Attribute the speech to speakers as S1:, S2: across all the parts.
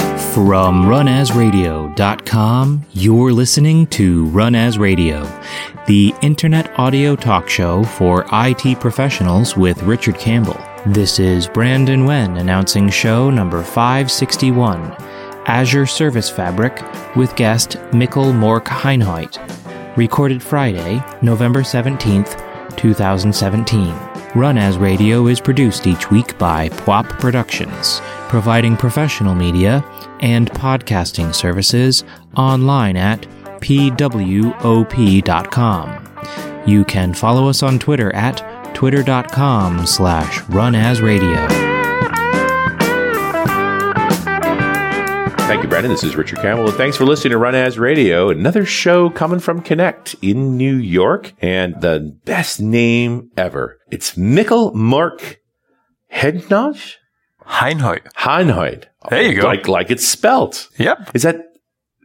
S1: From runasradio.com, you're listening to Run As Radio, the internet audio talk show for IT professionals with Richard Campbell. This is Brandon Wen announcing show number 561, Azure Service Fabric, with guest Mikkel Mork Heinheit, recorded Friday, November 17th, 2017. Run As Radio is produced each week by Pwop Productions, providing professional media and podcasting services online at pwop.com. You can follow us on Twitter at twitter.com slash runasradio.
S2: Thank you, Brandon. This is Richard Campbell, and thanks for listening to Run As Radio, another show coming from Connect in New York, and the best name ever. It's Mikkel Mark Hednoj
S3: Heinheit.
S2: Heinheit.
S3: There you go.
S2: Like like it's spelt.
S3: Yep.
S2: Is that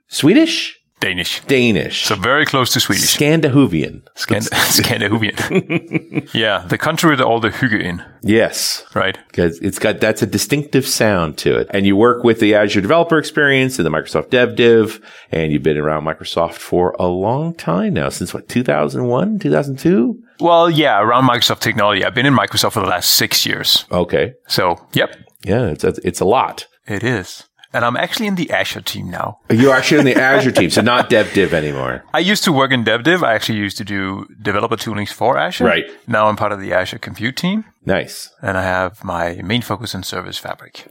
S2: Swedish?
S3: Danish.
S2: Danish.
S3: So very close to Swedish.
S2: Scandinavian.
S3: Scan- Scandinavian. yeah, the country with all the hygge in,
S2: Yes.
S3: right?
S2: because it's got that's a distinctive sound to it. And you work with the Azure Developer Experience and the Microsoft Dev Div, and you've been around Microsoft for a long time now, since what 2001, 2002.
S3: Well, yeah, around Microsoft technology. I've been in Microsoft for the last six years.
S2: Okay,
S3: So, yep,
S2: yeah, it's it's, it's a lot.
S3: it is. And I'm actually in the Azure team now.
S2: You're actually in the Azure team, so not Dev Div anymore.
S3: I used to work in DevDiv. I actually used to do developer toolings for Azure.
S2: Right.
S3: Now I'm part of the Azure compute team,
S2: Nice.
S3: and I have my main focus on Service Fabric.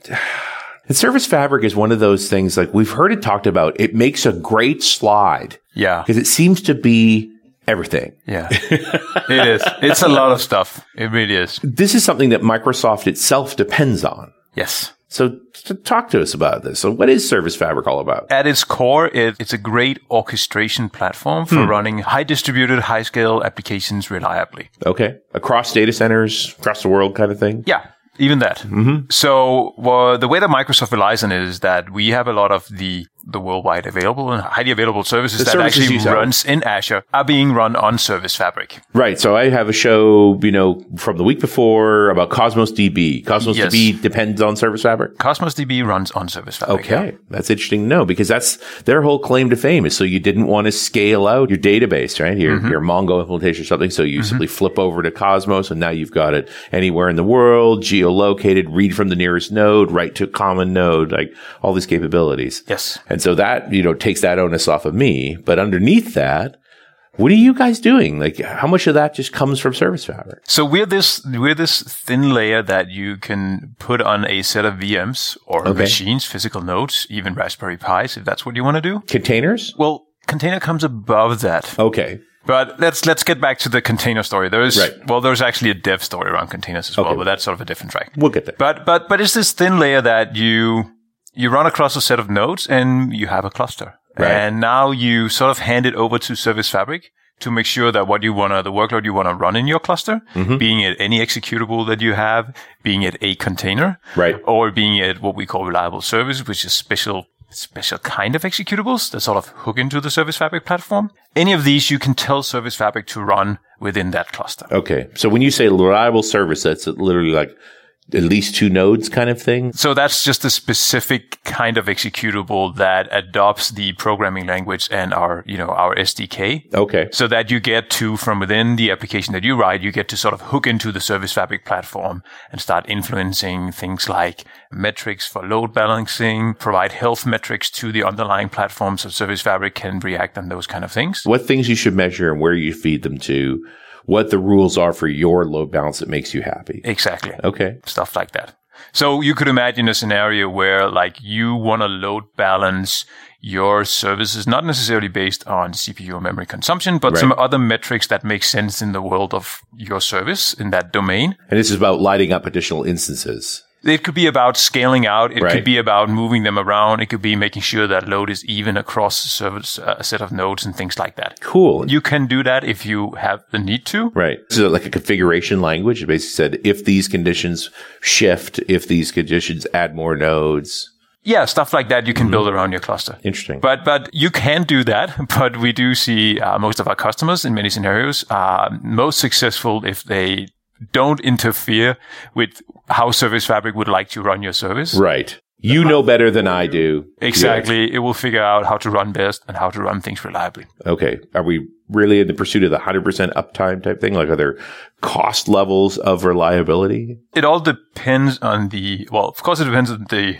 S2: And Service Fabric is one of those things like we've heard it talked about. It makes a great slide
S3: Yeah.
S2: because it seems to be everything.
S3: Yeah. it is. It's a lot of stuff. It really is.
S2: This is something that Microsoft itself depends on.
S3: Yes.
S2: So t- talk to us about this. So what is Service Fabric all about?
S3: At its core, it, it's a great orchestration platform
S2: Hmm.
S3: for running high distributed, high scale applications reliably.
S2: Okay. Across data centers, across the world kind of thing.
S3: Yeah, even that.
S2: Mm-hmm.
S3: So well, the way that Microsoft relies on it is that we have a lot of the the worldwide available and highly available services that
S2: services you
S3: actually
S2: sell.
S3: runs in Azure are being run on Service Fabric.
S2: Right. So I have a show, you know, from the week before about Cosmos DB. Cosmos
S3: Yes.
S2: DB depends on Service Fabric.
S3: Cosmos DB runs on Service Fabric.
S2: Okay. That's interesting to know because that's their whole claim to fame is so you didn't want to scale out your database, right? Your, your Mongo implementation or something. So you simply flip over to Cosmos and now you've got it anywhere in the world, geolocated, read from the nearest node, right to a common node, like all these capabilities.
S3: Yes.
S2: And so that, you know, takes that onus off of me. But underneath that, what are you guys doing? Like, how much of that just comes from Service Fabric?
S3: So we're this we're this thin layer that you can put on a set of VMs or machines, physical nodes, even Raspberry Pis, if that's what you want to do.
S2: Containers?
S3: Well, container comes above that.
S2: Okay.
S3: But let's let's get back to the container story. There's
S2: Right.
S3: well, there's actually a dev story around containers as well,
S2: Okay.
S3: but that's sort of a different track.
S2: We'll get there.
S3: But but but it's this thin layer that you you run across a set of nodes and you have a cluster,
S2: Right.
S3: and now you sort of hand it over to Service Fabric to make sure that what you wanna the workload you wanna run in your cluster,
S2: Mm-hmm.
S3: being it any executable that you have, being it a container,
S2: Right.
S3: or being it what we call reliable service, which is special special kind of executables that sort of hook into the Service Fabric platform. Any of these you can tell Service Fabric to run within that cluster.
S2: Okay. So when you say reliable service, that's literally like at least two nodes kind of thing.
S3: So that's just a specific kind of executable that adopts the programming language and our, you know, our SDK.
S2: Okay.
S3: So that you get to, from within the application that you write, you get to sort of hook into the Service Fabric platform and start influencing things like metrics for load balancing, provide health metrics to the underlying platform so Service Fabric can react on those kind of things.
S2: What things you should measure and where you feed them to, what the rules are for your load balance that makes you happy.
S3: Exactly.
S2: Okay.
S3: stuff like that. So you could imagine a scenario where like you want to load balance your services, not necessarily based on CPU or memory consumption, but some other metrics that make sense in the world of your service in that domain.
S2: And this is about lighting up additional instances.
S3: It could be about scaling out. It
S2: Right.
S3: could be about moving them around. It could be making sure that load is even across a service, a set of nodes and things like that.
S2: Cool.
S3: You can do that if you have the need to.
S2: Right. So like a configuration language. It basically said if these conditions shift, if these conditions add more nodes.
S3: Yeah, stuff like that you
S2: Mm-hmm.
S3: can build around your cluster.
S2: Interesting.
S3: But but you can do that. But we do see uh, most of our customers in many scenarios are most successful if they don't interfere with how Service Fabric would like to run your service.
S2: right. You know better than I do.
S3: Exactly. It will figure out how to run best and how to run things reliably.
S2: Okay. Are we really in the pursuit of the 100% uptime type thing? Like, are there cost levels of reliability?
S3: It all depends on the, well, of course, it depends on the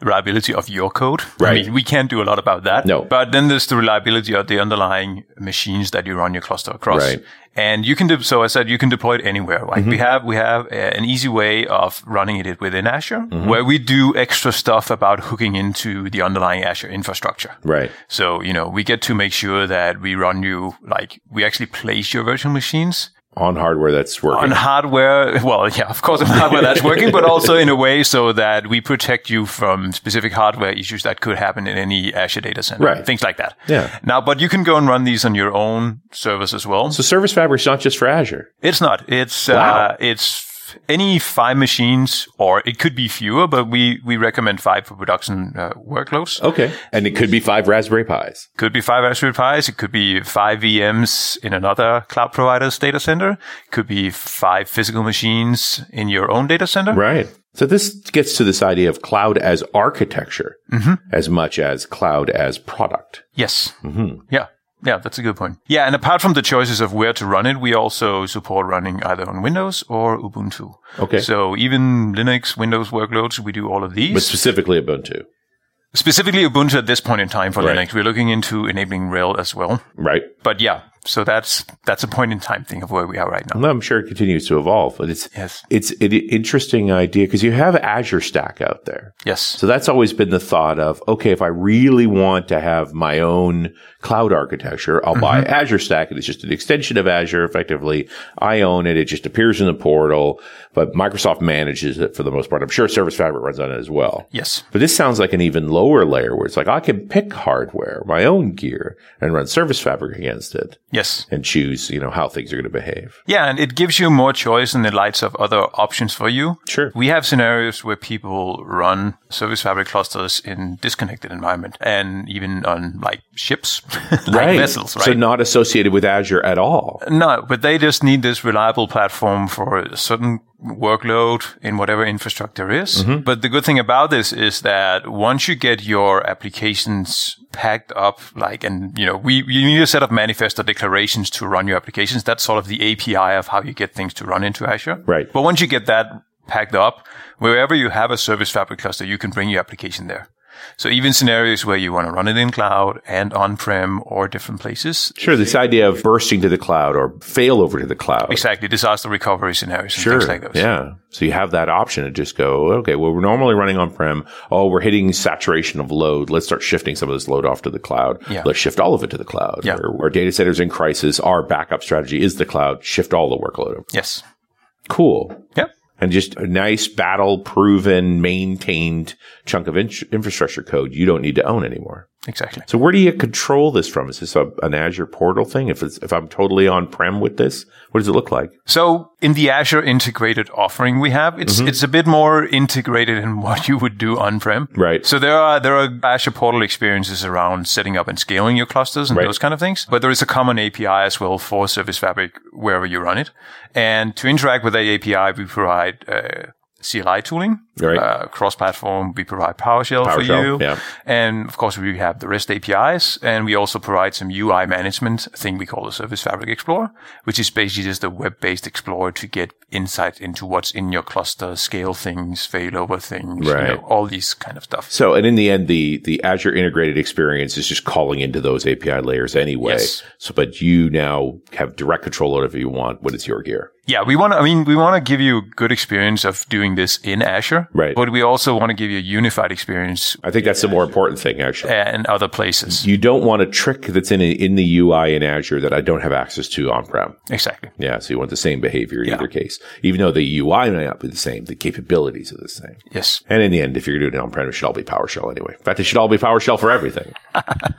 S3: reliability of your code. I
S2: Right.
S3: mean, we can't do a lot about that.
S2: No.
S3: But then there's the reliability of the underlying machines that you run your cluster across.
S2: Right. Mm-hmm.
S3: And you can, de- so I said, you can deploy it anywhere. Like we have, we have a, an easy way of running it within Azure
S2: Mm-hmm.
S3: where we do extra stuff about hooking into the underlying Azure infrastructure.
S2: Right.
S3: So, you know, we get to make sure that we run you, like, we actually place your virtual machines
S2: On hardware that's working.
S3: on hardware. Well, yeah, of course, on hardware that's working, but also in a way so that we protect you from specific hardware issues that could happen in any Azure data center.
S2: Right.
S3: Things like that.
S2: Yeah.
S3: Now, but you can go and run these on your own servers as well.
S2: so Service Fabric's not just for Azure.
S3: It's not. It's uh, it's any five machines, or it could be fewer, but we we recommend five for production uh, workloads.
S2: Okay. And it could be five Raspberry Pis.
S3: Could be five Azure Pis. It could be five VMs in another cloud provider's data center. Could be five physical machines in your own data center.
S2: Right. So this gets to this idea of cloud as architecture as much as cloud as product.
S3: Yes.
S2: Mm-hmm.
S3: Yeah. Yeah, that's a good point. Yeah, and apart from the choices of where to run it, we also support running either on Windows or Ubuntu.
S2: Okay.
S3: So even Linux, Windows workloads, we do all of these.
S2: But specifically Ubuntu.
S3: Specifically Ubuntu at this point in time for
S2: Right.
S3: Linux. We're looking into enabling Rail as well.
S2: Right.
S3: But yeah, so that's that's a point in time thing of where we are right now.
S2: Well, I'm sure it continues to evolve, but it's
S3: Yes.
S2: it's an interesting idea because you have Azure Stack out there.
S3: Yes.
S2: Mm-hmm. So that's always been the thought of, okay, if I really want to have my own cloud architecture, I'll buy
S3: Mm-hmm.
S2: Azure Stack and it's just an extension of Azure effectively. I own it. It just appears in the portal, but Microsoft manages it for the most part. I'm sure Service Fabric runs on it as well.
S3: Yes.
S2: But this sounds like an even lower layer where it's like I can pick hardware, my own gear and run Service Fabric against it
S3: Yes.
S2: and choose, you know, how things are going to behave.
S3: Yeah, and it gives you more choice in the lights of other options for you.
S2: Sure.
S3: We have scenarios where people run service fabric clusters in disconnected environment and even on like ships, like vessels, right?
S2: So not associated with Azure at all.
S3: No, but they just need this reliable platform for a certain workload in whatever infrastructure is. But the good thing about this is that once you get your applications packed up, like, and you know, we, you need a set of manifest or declarations to run your applications. That's sort of the API of how you get things to run into Azure.
S2: Right.
S3: But once you get that packed up, wherever you have a service fabric cluster, you can bring your application there. So even scenarios where you want to run it in cloud and on-prem or different places,
S2: Sure, this idea of bursting to the cloud or failover to the cloud.
S3: Exactly, disaster recovery scenarios and
S2: Sure.
S3: things like those.
S2: Yeah. So you have that option to just go, okay, well, we're normally running on prem. Oh, we're hitting saturation of load. Let's start shifting some of this load off to the cloud.
S3: Yeah.
S2: Let's shift all of it to the cloud.
S3: Yeah.
S2: Our, our data center's in crisis. Our backup strategy is the cloud. Shift all the workload over.
S3: Yes.
S2: Cool.
S3: Yep.
S2: And just a nice battle proven, maintained chunk of in- infrastructure code you don't need to own anymore.
S3: Exactly.
S2: So where do you control this from? Is this a, an Azure portal thing? If it's, if I'm totally on prem with this, what does it look like?
S3: So in the Azure integrated offering we have, it's
S2: Mm-hmm.
S3: it's a bit more integrated in what you would do on-prem.
S2: Right.
S3: So there are there are Azure portal experiences around setting up and scaling your clusters and
S2: Right.
S3: those kind of things. But there is a common API as well for Service Fabric wherever you run it. And to interact with that API, we provide uh, CLI tooling,
S2: Right.
S3: uh, cross-platform. We provide PowerShell, for
S2: PowerShell,
S3: you,
S2: yeah.
S3: and of course we have the REST APIs, and we also provide some UI management thing we call the Service Fabric Explorer, which is basically just a web-based explorer to get insight into what's in your cluster, scale things, failover things, you
S2: Right.
S3: know, all these kind of stuff.
S2: So, and in the end, the, the Azure integrated experience is just calling into those API layers anyway.
S3: Yes.
S2: So, but you now have direct control over if you want what is your gear.
S3: Yeah, we want to, I mean, we want to give you a good experience of doing this in Azure,
S2: Right.
S3: but we also want to give you a unified experience
S2: I think that's the more important thing, actually.
S3: and other places.
S2: You don't want a trick that's in in the UI in Azure that I don't have access to on prem.
S3: Exactly.
S2: Yeah. So you want the same behavior in either case, even though the UI may not be the same, the capabilities are the same.
S3: Yes.
S2: And in the end, if you're doing it on prem, it should all be PowerShell anyway. In fact, it should all be PowerShell for everything.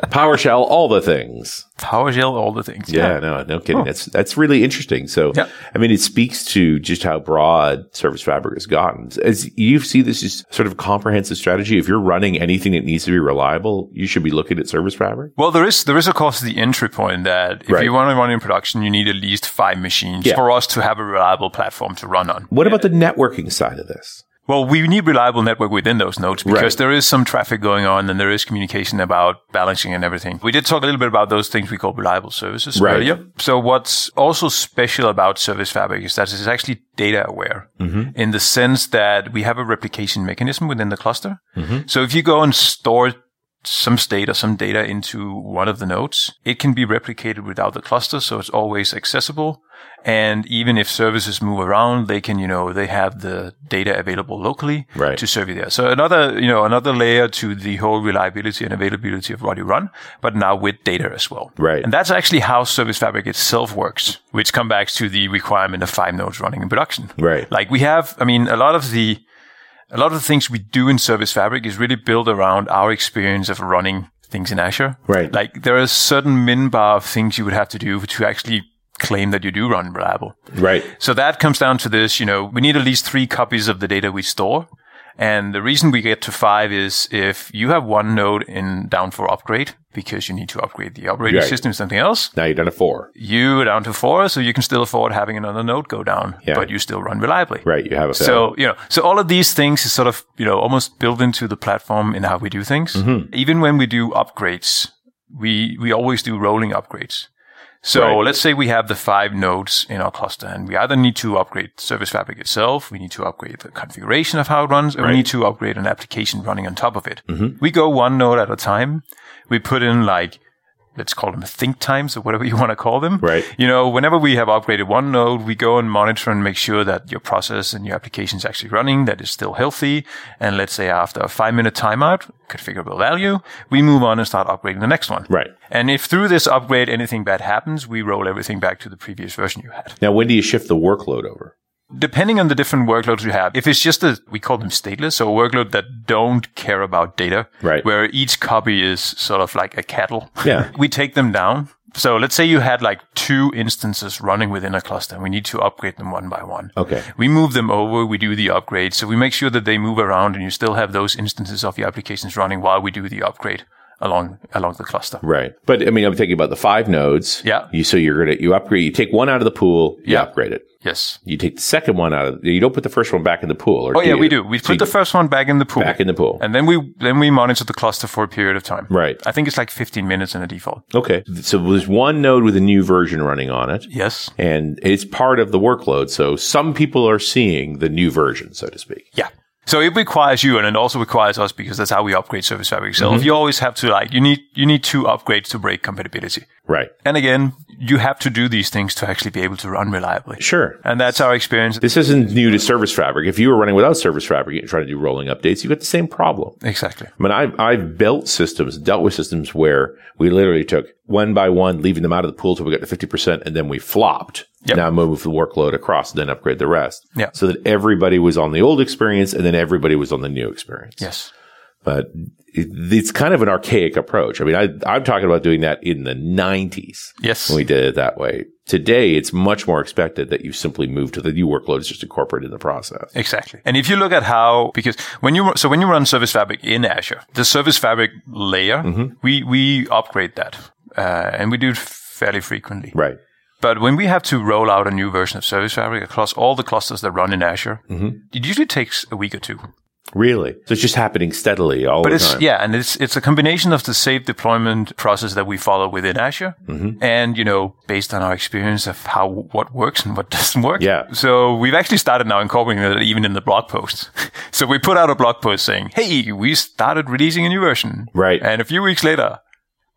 S2: PowerShell, all the things.
S3: PowerShell, all the things.
S2: Yeah, no, no kidding. That's that's really interesting. So,
S3: Yeah.
S2: I mean, it speaks to just how broad Service Fabric has gotten. As you see this as sort of comprehensive strategy, if you're running anything that needs to be reliable, you should be looking at Service Fabric.
S3: Well, there is there is of course the entry point that if
S2: Right.
S3: you want to run in production, you need at least five machines
S2: Yeah.
S3: for us to have a reliable platform to run on.
S2: What about the networking side of this?
S3: Well, we need reliable network within those nodes because
S2: Right.
S3: there is some traffic going on and there is communication about balancing and everything. We did talk a little bit about those things we call reliable services
S2: Right.
S3: earlier. So what's also special about Service Fabric is that it's actually data aware
S2: Mm-hmm.
S3: in the sense that we have a replication mechanism within the cluster.
S2: Mm-hmm.
S3: So if you go and store some state or some data into one of the nodes, it can be replicated without the cluster. So it's always accessible. And even if services move around, they can, you know, they have the data available locally
S2: Right.
S3: to serve you there. So another, you know, another layer to the whole reliability and availability of what you run, but now with data as well.
S2: Right.
S3: And that's actually how Service Fabric itself works, which comes back to the requirement of five nodes running in production.
S2: Right.
S3: Like we have, I mean, a lot of the, a lot of the things we do in Service Fabric is really built around our experience of running things in Azure.
S2: Right.
S3: Like there are certain min bar of things you would have to do to actually claim that you do run reliable.
S2: Right.
S3: So that comes down to this, you know, we need at least three copies of the data we store. And the reason we get to five is if you have one node in down for upgrade because you need to upgrade the operating
S2: Right.
S3: system, something else,
S2: Now you're down to four.
S3: you are down to four. So you can still afford having another node go down,
S2: Yeah.
S3: but you still run reliably.
S2: Right. You have a fail.
S3: So, you know, so all of these things is sort of, you know, almost built into the platform in how we do things.
S2: Mm-hmm.
S3: Even when we do upgrades, we, we always do rolling upgrades. So
S2: Right.
S3: let's say we have the five nodes in our cluster and we either need to upgrade service fabric itself. We need to upgrade the configuration of how it runs or we need to upgrade an application running on top of it.
S2: Mm-hmm.
S3: We go one node at a time. We put in like let's call them think times or whatever you want to call them.
S2: Right.
S3: You know, whenever we have upgraded one node, we go and monitor and make sure that your process and your application is actually running, that it's still healthy. And let's say after a five minute timeout, configurable value, we move on and start upgrading the next one.
S2: Right.
S3: And if through this upgrade anything bad happens, we roll everything back to the previous version you had.
S2: now, when do you shift the workload over?
S3: Depending on the different workloads you have, if it's just a, we call them stateless, so a workload that don't care about data,
S2: Right.
S3: where each copy is sort of like a cattle,
S2: Yeah.
S3: we take them down. So let's say you had like two instances running within a cluster and we need to upgrade them one by one.
S2: Okay.
S3: We move them over, we do the upgrade. So we make sure that they move around and you still have those instances of your applications running while we do the upgrade along, along the cluster.
S2: Right. But I mean, I'm thinking about the five nodes.
S3: Yeah.
S2: You, so you're going to, you upgrade, you take one out of the pool, you
S3: Yeah.
S2: upgrade it.
S3: Yes.
S2: You take the second one out of, you don't put the first one back in the pool. Or
S3: Oh yeah,
S2: you?
S3: we do. We
S2: So you
S3: put the first one back in the pool.
S2: back in the pool.
S3: and then we then we monitor the cluster for a period of time.
S2: Right.
S3: I think it's like 15 minutes in the default.
S2: Okay. So there's one node with a new version running on it.
S3: Yes.
S2: And it's part of the workload. So some people are seeing the new version, so to speak.
S3: Yeah. So it requires you, and it also requires us because that's how we upgrade Service Fabric.
S2: Mm-hmm.
S3: So if you always have to like you need you need two upgrades to break compatibility.
S2: Right.
S3: And again, you have to do these things to actually be able to run reliably.
S2: Sure.
S3: And that's our experience.
S2: This isn't new to Service Fabric. If you were running without Service Fabric and trying to do rolling updates, you've got the same problem.
S3: Exactly.
S2: I mean, I've, I've built systems, dealt with systems where we literally took one by one, leaving them out of the pool till we got to 50%, and then we flopped.
S3: Yep.
S2: Now move the workload across, then upgrade the rest.
S3: Yeah.
S2: So that everybody was on the old experience and then everybody was on the new experience.
S3: Yes.
S2: But it, it's kind of an archaic approach. I mean, I, I'm talking about doing that in the 90s.
S3: Yes.
S2: When we did it that way. Today, it's much more expected that you simply move to the new workload. It's just incorporated in the process.
S3: Exactly. And if you look at how, because when you, so when you run Service Fabric in Azure, the Service Fabric layer,
S2: Mm-hmm.
S3: we, we upgrade that. Uh, and we do it fairly frequently.
S2: Right.
S3: But when we have to roll out a new version of Service Fabric across all the clusters that run in Azure, it usually takes a week or two.
S2: Really? So it's just happening steadily all
S3: But
S2: the
S3: it's
S2: time.
S3: yeah, and it's it's a combination of the safe deployment process that we follow within Azure,
S2: Mm-hmm.
S3: and you know based on our experience of how what works and what doesn't work.
S2: Yeah.
S3: So we've actually started now incorporating that even in the blog post. so we put out a blog post saying, "Hey, we started releasing a new version."
S2: Right.
S3: And a few weeks later,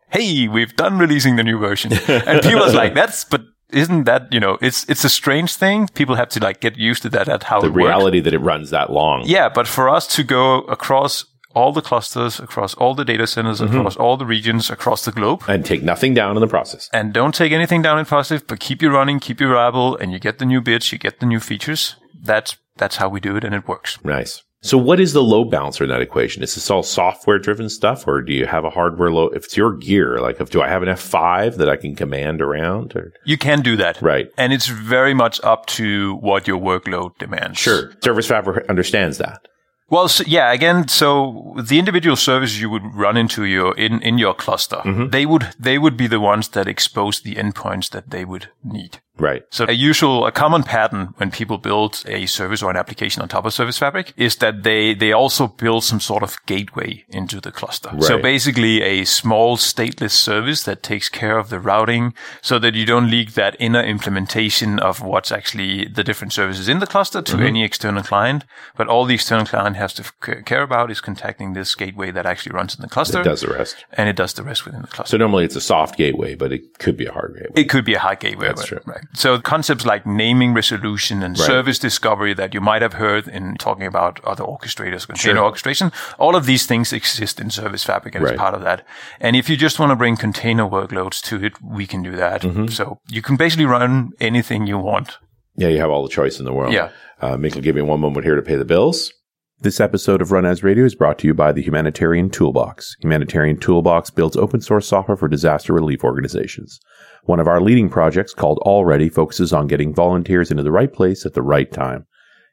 S3: "Hey, we've done releasing the new version," and people was like, "That's but." Isn't that you know? It's it's a strange thing. People have to like get used to that. At how
S2: The
S3: it works.
S2: reality that it runs that long.
S3: Yeah, but for us to go across all the clusters, across all the data centers, across all the regions, across the globe,
S2: and take nothing down in the process.
S3: and don't take anything down in positive, but keep you running, keep you reliable, and you get the new bits, you get the new features. That's that's how we do it, and it works.
S2: Nice. So, what is the load balancer in that equation? Is this all software driven stuff, or do you have a hardware load? If it's your gear, like, if, do I have an F5 that I can command around? Or?
S3: You can do that,
S2: Right.
S3: And it's very much up to what your workload demands.
S2: Service Fabric understands that.
S3: Well, so, yeah. Again, so the individual services you would run into your in in your cluster, they would they would be the ones that expose the endpoints that they would need.
S2: Right.
S3: So a usual, a common pattern when people build a service or an application on top of Service Fabric is that they, they also build some sort of gateway into the cluster. So
S2: Right.
S3: basically a small stateless service that takes care of the routing so that you don't leak that inner implementation of what's actually the different services in the cluster
S2: Mm-hmm.
S3: to any external client. But all the external client has to c- care about is contacting this gateway that actually runs in the cluster.
S2: It does the rest.
S3: And it does the rest within the cluster.
S2: So normally it's a soft gateway, but it could be a hard gateway.
S3: It could be a high gateway.
S2: That's
S3: right,
S2: true.
S3: Right. So concepts like naming resolution and
S2: Right.
S3: service discovery that you might have heard in talking about other orchestrators, container orchestration, all of these things exist in Service Fabric and
S2: Right.
S3: it's part of that. And if you just want to bring container workloads to it, we can do that.
S2: Mm-hmm.
S3: So you can basically run anything you want.
S2: Yeah, you have all the choice in the world.
S3: Yeah.
S2: Uh, Mikkel, give me one moment here to pay the bills. This episode of Run As Radio is brought to you by the Humanitarian Toolbox. Humanitarian Toolbox builds open source software for disaster relief organizations. One of our leading projects called Already focuses on getting volunteers into the right place at the right time.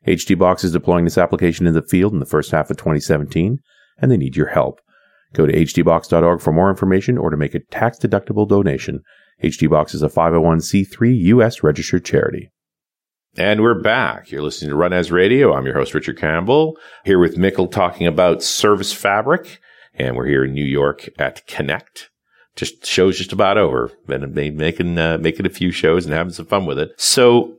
S2: HTBox is deploying this application in the field in the first half of 2017, and they need your help. Go to hdbox.org for more information or to make a tax deductible donation. HDBox is a 501c3 U.S. registered charity. And we're back. You're listening to Run As Radio. I'm your host, Richard Campbell, here with Mikkel talking about Service Fabric. And we're here in New York at Connect. Just shows just about over. Been been making, uh, making a few shows and having some fun with it. So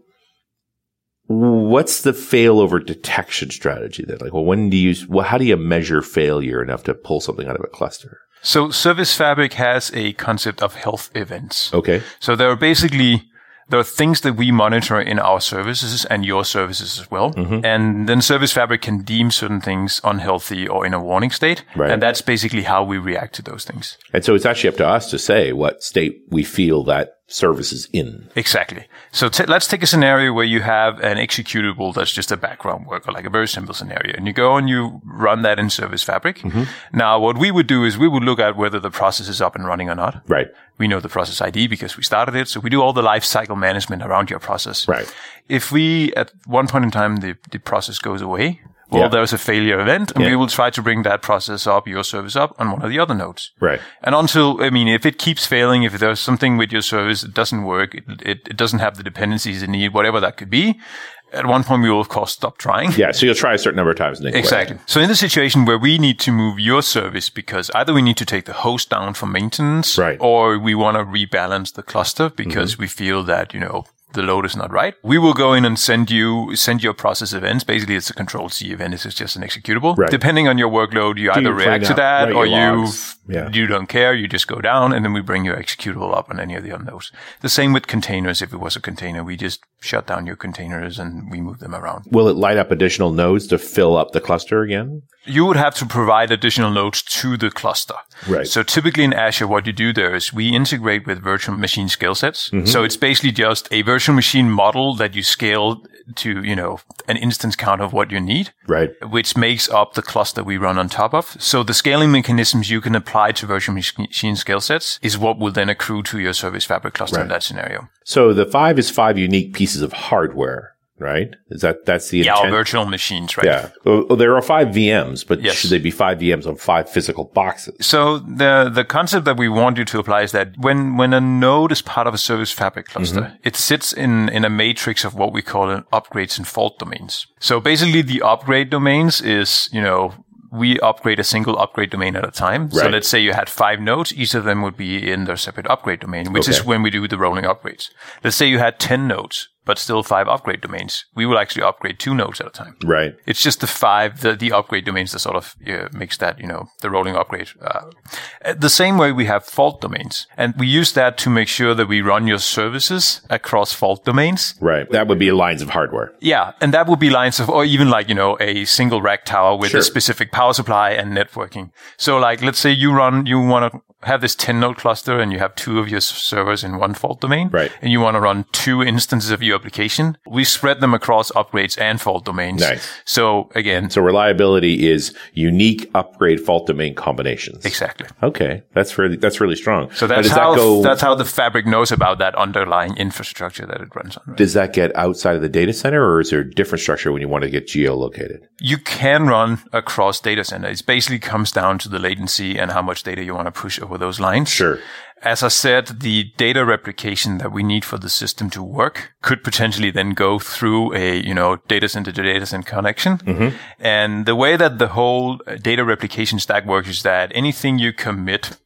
S2: what's the failover detection strategy then? Like, well, when do you, well, how do you measure failure enough to pull something out of a cluster?
S3: So Service Fabric has a concept of health events.
S2: Okay.
S3: So there are basically there are things that we monitor in our services and your services as well. And then Service Fabric can deem certain things unhealthy or in a warning state.
S2: Right.
S3: And that's basically how we react to those things.
S2: And so it's actually up to us to say what state we feel that service is in.
S3: Exactly. So t- let's take a scenario where you have an executable that's just a background worker, like a very simple scenario. And you go and you run that in Service Fabric. Now, what we would do is we would look at whether the process is up and running or not.
S2: Right.
S3: We know the process ID because we started it. So we do all the life cycle management around your process.
S2: Right.
S3: If we, at one point in time, the, the process goes away, well,
S2: Yeah.
S3: there's a failure event and
S2: Yeah.
S3: we will try to bring that process up, your service up on one of the other nodes.
S2: Right.
S3: And until, I mean, if it keeps failing, if there's something with your service that doesn't work, it, it, it doesn't have the dependencies it need, whatever that could be, at one point we will of course stop trying.
S2: Yeah. So you'll try a certain number of times. And then quit.
S3: Exactly. So in the situation where we need to move your service because either we need to take the host down for maintenance,
S2: Right. Mm-hmm.
S3: or we want to rebalance the cluster because we feel that you know the load is not right. We will go in and send you send your process events. Basically, it's a control C event. It's just an executable.
S2: Right.
S3: Depending on your workload, you either
S2: you clean
S3: react to
S2: up,
S3: that
S2: write
S3: or
S2: your
S3: you
S2: logs? Yeah.
S3: you don't care. You just go down, and then we bring your executable up on any of the other nodes. The same with containers. If it was a container, we just shut down your containers and we move them around.
S2: Will it light up additional nodes to fill up the cluster again?
S3: you would have to provide additional nodes to the cluster.
S2: Right.
S3: So typically in Azure, what you do there is we integrate with virtual machine skill sets.
S2: Mm-hmm.
S3: So it's basically just a virtual machine model that you scale to, you know, an instance count of what you need,
S2: Right.
S3: which makes up the cluster we run on top of. So the scaling mechanisms you can apply to virtual mach- machine skill sets is what will then accrue to your service fabric cluster in
S2: Right.
S3: that scenario.
S2: So the five is five unique pieces of hardware, right? Is that, that's the
S3: Yeah,
S2: intent?
S3: or virtual machines, right?
S2: yeah. Oh, oh, there are five VMs, but
S3: Yes.
S2: should they be five VMs on five physical boxes?
S3: So the the concept that we want you to apply is that when when a node is part of a service fabric cluster,
S2: Mm-hmm.
S3: it sits in in a matrix of what we call an upgrades and fault domains. So basically, the upgrade domains is you know we upgrade a single upgrade domain at a time. So
S2: Right.
S3: let's say you had five nodes, each of them would be in their separate upgrade domain, which is
S2: Okay.
S3: when we do the rolling upgrades. Let's say you had ten nodes, but still five upgrade domains. We will actually upgrade two nodes at a time.
S2: Right.
S3: It's just the five, the, the upgrade domains that sort of uh, makes that, you know, the rolling upgrade. Uh, uh, the same way we have fault domains and we use that to make sure that we run your services across fault domains.
S2: Right. That would be lines of hardware.
S3: Yeah. And that would be lines of, or even like, you know, a single rack tower with
S2: Sure.
S3: a specific power supply and networking. So like, let's say you run, you want to have this 10 node cluster and you have two of your s- servers in one fault domain.
S2: Right.
S3: And you want to run two instances of your application. We spread them across upgrades and fault domains.
S2: Nice.
S3: So again,
S2: So reliability is unique upgrade fault domain combinations.
S3: exactly.
S2: Okay. That's really, that's really strong.
S3: So that's how that's how the fabric knows about that underlying infrastructure that it runs on. right?
S2: does that get outside of the data center or is there a different structure when you want to get geolocated?
S3: You can run across data center. It basically comes down to the latency and how much data you want to push over with those lines.
S2: Sure.
S3: As I said, the data replication that we need for the system to work could potentially then go through a, you know, data center to data center connection. And the way that the whole uh, data replication stack works is that anything you commit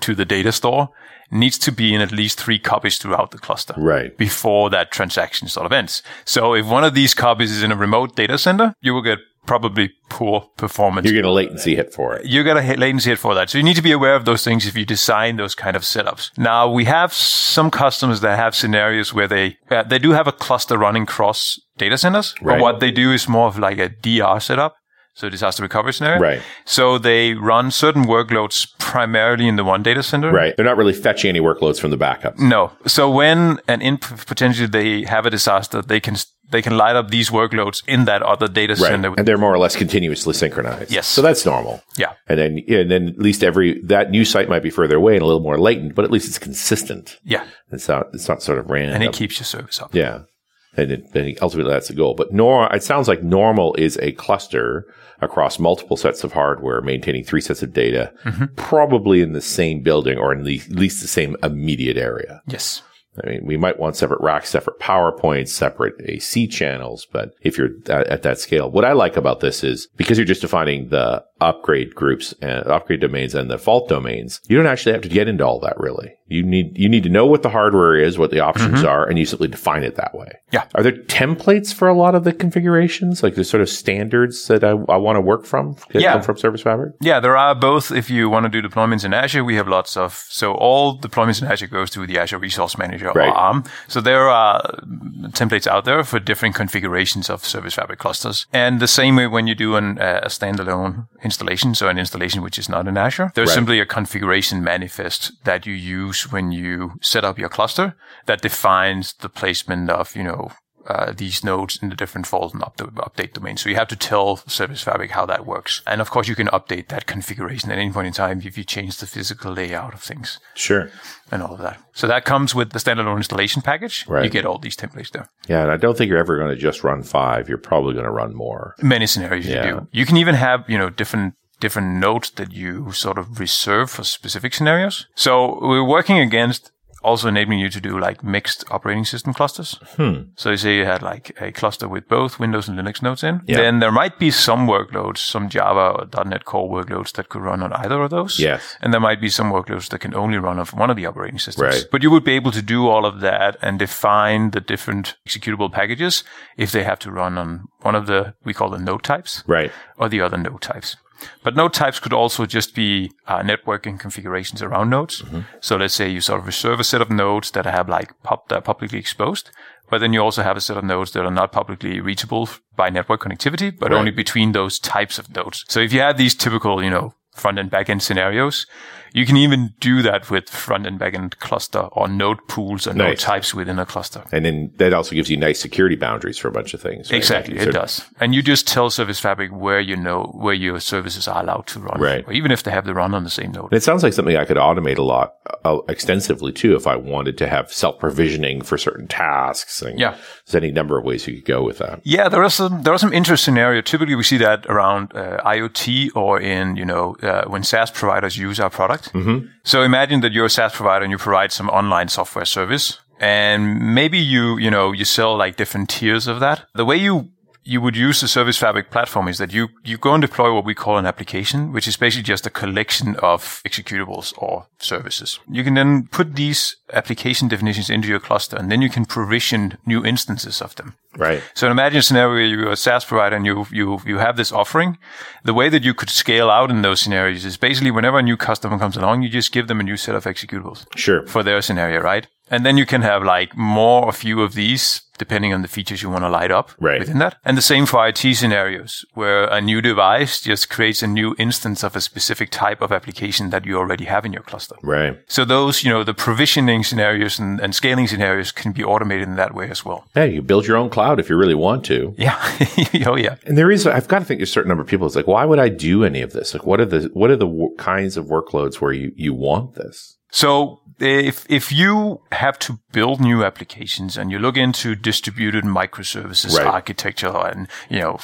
S3: to the data store needs to be in at least three copies throughout the cluster
S2: Right.
S3: before that transaction sort of ends. So if one of these copies is in a remote data center, you will get probably poor performance
S2: You're getting a latency hit for it.
S3: you got a hit- latency hit for that. So you need to be aware of those things if you design those kind of setups. Now we have some customers that have scenarios where they uh, they do have a cluster running cross data centers,
S2: Right.
S3: but what they do is more of like a DR setup. So disaster recovery scenario.
S2: Right.
S3: So they run certain workloads primarily in the one data center.
S2: Right. They're not really fetching any workloads from the backup.
S3: No. So when an in potentially they have a disaster, they can they can light up these workloads in that other data
S2: Right.
S3: center.
S2: And they're more or less continuously synchronized.
S3: Yes.
S2: So that's normal.
S3: Yeah.
S2: And then, and then at least every, that new site might be further away and a little more latent, but at least it's consistent.
S3: Yeah.
S2: It's not, it's not sort of random.
S3: And it keeps your service up.
S2: Yeah. And it, then ultimately that's the goal. But nor it sounds like normal is a cluster across multiple sets of hardware, maintaining three sets of data,
S3: Mm-hmm.
S2: probably in the same building or in the, at least the same immediate area.
S3: Yes.
S2: I mean, we might want separate racks, separate PowerPoints, separate AC channels, but if you're at, at that scale, what I like about this is because you're just defining the upgrade groups and upgrade domains and the fault domains, you don't actually have to get into all that really. You need, you need to know what the hardware is, what the options are, and you simply define it that way.
S3: Yeah.
S2: Are there templates for a lot of the configurations? Like the sort of standards that I, I want to work from that
S3: Yeah.
S2: come from Service Fabric?
S3: Yeah, there are both. If you want to do deployments in Azure, we have lots of. So all deployments in Azure goes to the Azure Resource Manager
S2: Right.
S3: or ARM. So there are templates out there for different configurations of Service Fabric clusters. And the same way when you do an, uh, a standalone installation, so an installation which is not in Azure, there's
S2: Right.
S3: simply a configuration manifest that you use when you set up your cluster that defines the placement of, you know, uh, these nodes in the different fold and up the update domain. So you have to tell Service Fabric how that works. And of course, you can update that configuration at any point in time if you change the physical layout of things
S2: Sure.
S3: and all of that. So that comes with the standalone installation package.
S2: Right.
S3: You get all these templates there.
S2: Yeah. And I don't think you're ever going to just run five. You're probably going to run more.
S3: Many scenarios
S2: Yeah.
S3: you do. You can even have, you know, different different nodes that you sort of reserve for specific scenarios. So we're working against also enabling you to do like mixed operating system clusters.
S2: Hmm.
S3: So you say you had like a cluster with both Windows and Linux nodes in, then there might be some workloads, some Java or .NET Core workloads that could run on either of those.
S2: Yes.
S3: And there might be some workloads that can only run off one of the operating systems.
S2: Right.
S3: But you would be able to do all of that and define the different executable packages if they have to run on one of the, we call the node types
S2: Right.
S3: or the other node types. But node types could also just be uh, networking configurations around nodes.
S2: Mm-hmm.
S3: So let's say you sort of reserve a set of nodes that have like pub- that are publicly exposed, but then you also have a set of nodes that are not publicly reachable f- by network connectivity, but
S2: Right.
S3: only between those types of nodes. So if you have these typical, you know, front and back end scenarios, you can even do that with front and back end cluster or node pools or node
S2: Nice.
S3: types within a cluster.
S2: And then that also gives you nice security boundaries for a bunch of things. right?
S3: Exactly,
S2: Like,
S3: it
S2: sort of-
S3: does. And you just tell Service Fabric where you know where your services are allowed to run,
S2: Right.
S3: Or even if they have the run on the same node.
S2: And it sounds like something I could automate a lot uh, extensively too, if I wanted to have self provisioning for certain tasks. And
S3: Yeah.
S2: there's any number of ways you could go with that.
S3: yeah, there are some there are some interest scenario. Typically, we see that around uh, IoT or in you know uh, when SaaS providers use our product. Mm-hmm. So imagine that you're a SaaS provider and you provide some online software service, and maybe you you know you sell like different tiers of that. The way you you would use the service fabric platform is that you you go and deploy what we call an application which is basically just a collection of executables or services you can then put these application definitions into your cluster and then you can provision new instances of them
S2: Right.
S3: so imagine a scenario where you're a SaaS provider and you, you, you have this offering. The way that you could scale out in those scenarios is basically whenever a new customer comes along, you just give them a new set of executables
S2: Sure.
S3: for their scenario, right? And then you can have like more or few of these depending on the features you want to light up
S2: Right.
S3: within that. And the same for IT scenarios where a new device just creates a new instance of a specific type of application that you already have in your cluster.
S2: Right.
S3: So those, you know, the provisioning scenarios and, and scaling scenarios can be automated in that way as well.
S2: Yeah, you build your own cloud if you really want to.
S3: Yeah. oh yeah.
S2: And there is, I've got to think there's a certain number of people. It's like, why would I do any of this? Like, what are the, what are the w- kinds of workloads where you, you want this?
S3: So if if you have to build new applications and you look into distributed microservices
S2: Right.
S3: architecture and you know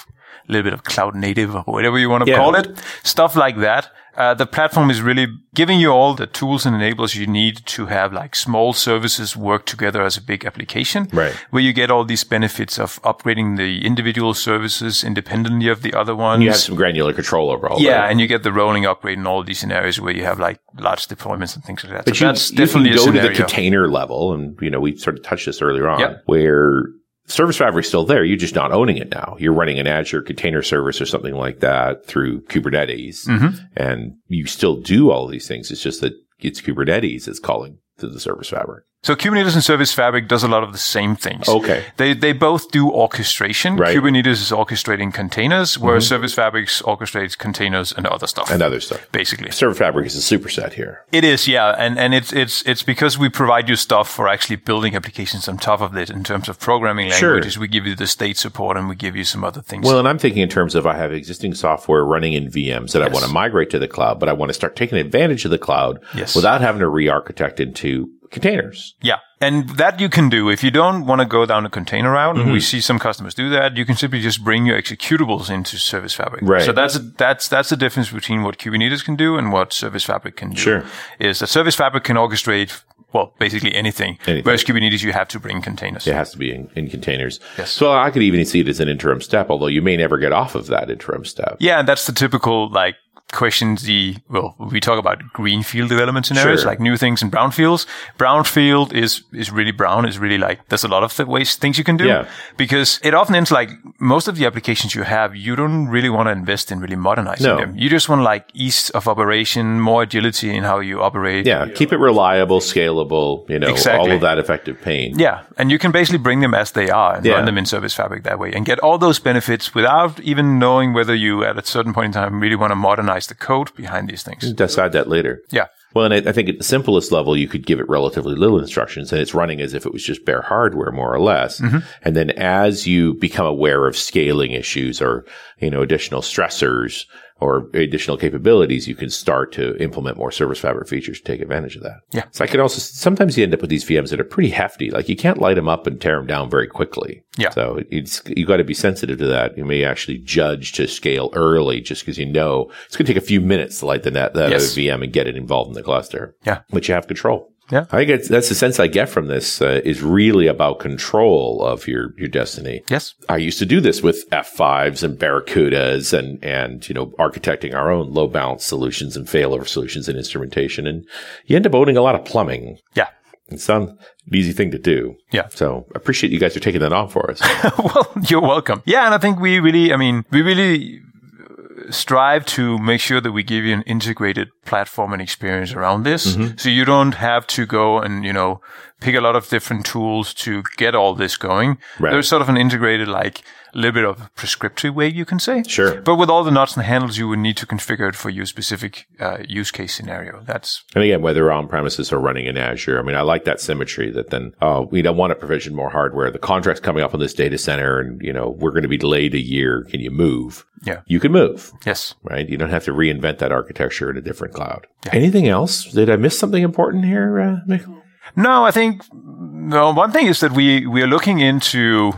S3: a little bit of cloud native or whatever you want to yeah. call it, stuff like that. Uh, the platform is really giving you all the tools and enablers you need to have like small services work together as a big application.
S2: Right.
S3: Where you get all these benefits of upgrading the individual services independently of the other ones.
S2: You have some granular control over all
S3: yeah,
S2: that.
S3: and you get the rolling upgrade in all these scenarios where you have like large deployments and things like that.
S2: But
S3: so
S2: you, you can go to the container level and, you know, we sort of touched this earlier on yep. where Service Fabric is still there. You're just not owning it now. You're running an Azure container service or something like that through Kubernetes. Mm-hmm. And you still do all these things. It's just that it's Kubernetes that's calling to the Service Fabric.
S3: So Kubernetes and Service Fabric does a lot of the same things.
S2: Okay.
S3: They, they both do orchestration. Right. Kubernetes is orchestrating containers, where mm-hmm. Service Fabric orchestrates containers and other stuff.
S2: And uh, other stuff.
S3: Basically.
S2: Service Fabric is a superset here.
S3: It is, yeah. And, and it's, it's, it's because we provide you stuff for actually building applications on top of it in terms of programming languages. Sure. We give you the state support and we give you some other things.
S2: Well, and I'm thinking in terms of I have existing software running in VMs that yes. I want to migrate to the cloud, but I want to start taking advantage of the cloud yes. without having to re-architect into containers.
S3: Yeah. And that you can do. If you don't want to go down the container route, mm-hmm. we see some customers do that, you can simply just bring your executables into Service Fabric.
S2: Right.
S3: So that's, that's, that's the difference between what Kubernetes can do and what Service Fabric can do.
S2: Sure.
S3: Is that Service Fabric can orchestrate well, basically anything. anything. Whereas Kubernetes, you have to bring containers.
S2: It has to be in, in, containers.
S3: Yes.
S2: So I could even see it as an interim step, although you may never get off of that interim step.
S3: Yeah, and that's the typical like questions the well we talk about greenfield development scenarios sure. like new things and brownfields brownfield is is really brown is really like there's a lot of th- ways things you can do
S2: yeah.
S3: because it often ends like most of the applications you have you don't really want to invest in really modernizing no. them you just want like ease of operation more agility in how you operate
S2: yeah keep it reliable scalable you know exactly. all of that effective pain
S3: yeah and you can basically bring them as they are and yeah. run them in service fabric that way and get all those benefits without even knowing whether you at a certain point in time really want to modernize the code behind these things.
S2: Decide that later.
S3: Yeah.
S2: Well, and I, I, think at the simplest level, you could give it relatively little instructions and it's running as if it was just bare hardware, more or less. Mm-hmm. And then as you become aware of scaling issues or, you know, additional stressors or additional capabilities, you can start to implement more service fabric features to take advantage of that.
S3: Yeah.
S2: So I could also sometimes you end up with these VMs that are pretty hefty. Like you can't light them up and tear them down very quickly.
S3: Yeah.
S2: So it's, you got to be sensitive to that. You may actually judge to scale early just because you know it's going to take a few minutes to light the net, that yes. VM and get it involved in the cluster.
S3: Yeah.
S2: But you have control.
S3: Yeah.
S2: I think that's the sense I get from this uh, is really about control of your, your destiny.
S3: Yes.
S2: I used to do this with F5s and Barracudas and, and, you know, architecting our own low balance solutions and failover solutions and instrumentation. And you end up owning a lot of plumbing.
S3: Yeah.
S2: It's not an easy thing to do.
S3: Yeah.
S2: So I appreciate you guys are taking that on for us.
S3: well, you're welcome. Yeah. And I think we really, I mean, we really uh, strive to make sure that we give you an integrated platform and experience around this. Mm-hmm. So you don't have to go and, you know, pick a lot of different tools to get all this going.
S2: Right.
S3: There's sort of an integrated, like, a little bit of prescriptive way, you can say.
S2: Sure.
S3: But with all the knots and handles, you would need to configure it for your specific uh, use case scenario. That's
S2: and again, whether on premises or running in Azure. I mean, I like that symmetry that then, oh, we don't want to provision more hardware. The contract's coming up on this data center, and you know we're going to be delayed a year. Can you move?
S3: Yeah,
S2: you can move.
S3: Yes.
S2: Right. You don't have to reinvent that architecture in a different cloud. Yeah. Anything else? Did I miss something important here, uh, Michael?
S3: No, I think no, one thing is that we we are looking into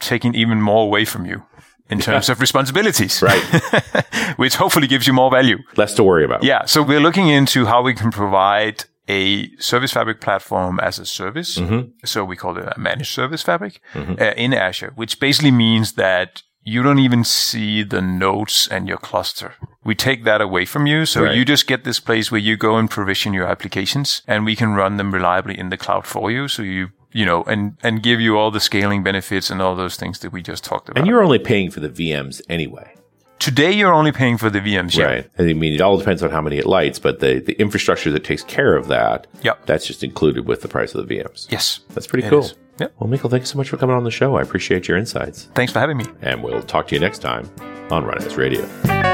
S3: taking even more away from you in terms yeah. of responsibilities.
S2: Right.
S3: Which hopefully gives you more value.
S2: Less to worry about.
S3: Yeah. So we're looking into how we can provide a service fabric platform as a service.
S2: Mm-hmm.
S3: So we call it a managed service fabric mm-hmm. uh, in Azure, which basically means that you don't even see the nodes and your cluster. We take that away from you. So right. you just get this place where you go and provision your applications and we can run them reliably in the cloud for you. So you you know, and and give you all the scaling benefits and all those things that we just talked about.
S2: And you're only paying for the VMs anyway.
S3: Today, you're only paying for the VMs, yeah.
S2: right? I mean, it all depends on how many it lights, but the, the infrastructure that takes care of that,
S3: yep.
S2: that's just included with the price of the VMs.
S3: Yes,
S2: that's pretty cool. Is.
S3: Yep.
S2: Well, Michael, thanks so much for coming on the show. I appreciate your insights.
S3: Thanks for having me.
S2: And we'll talk to you next time on Run Radio.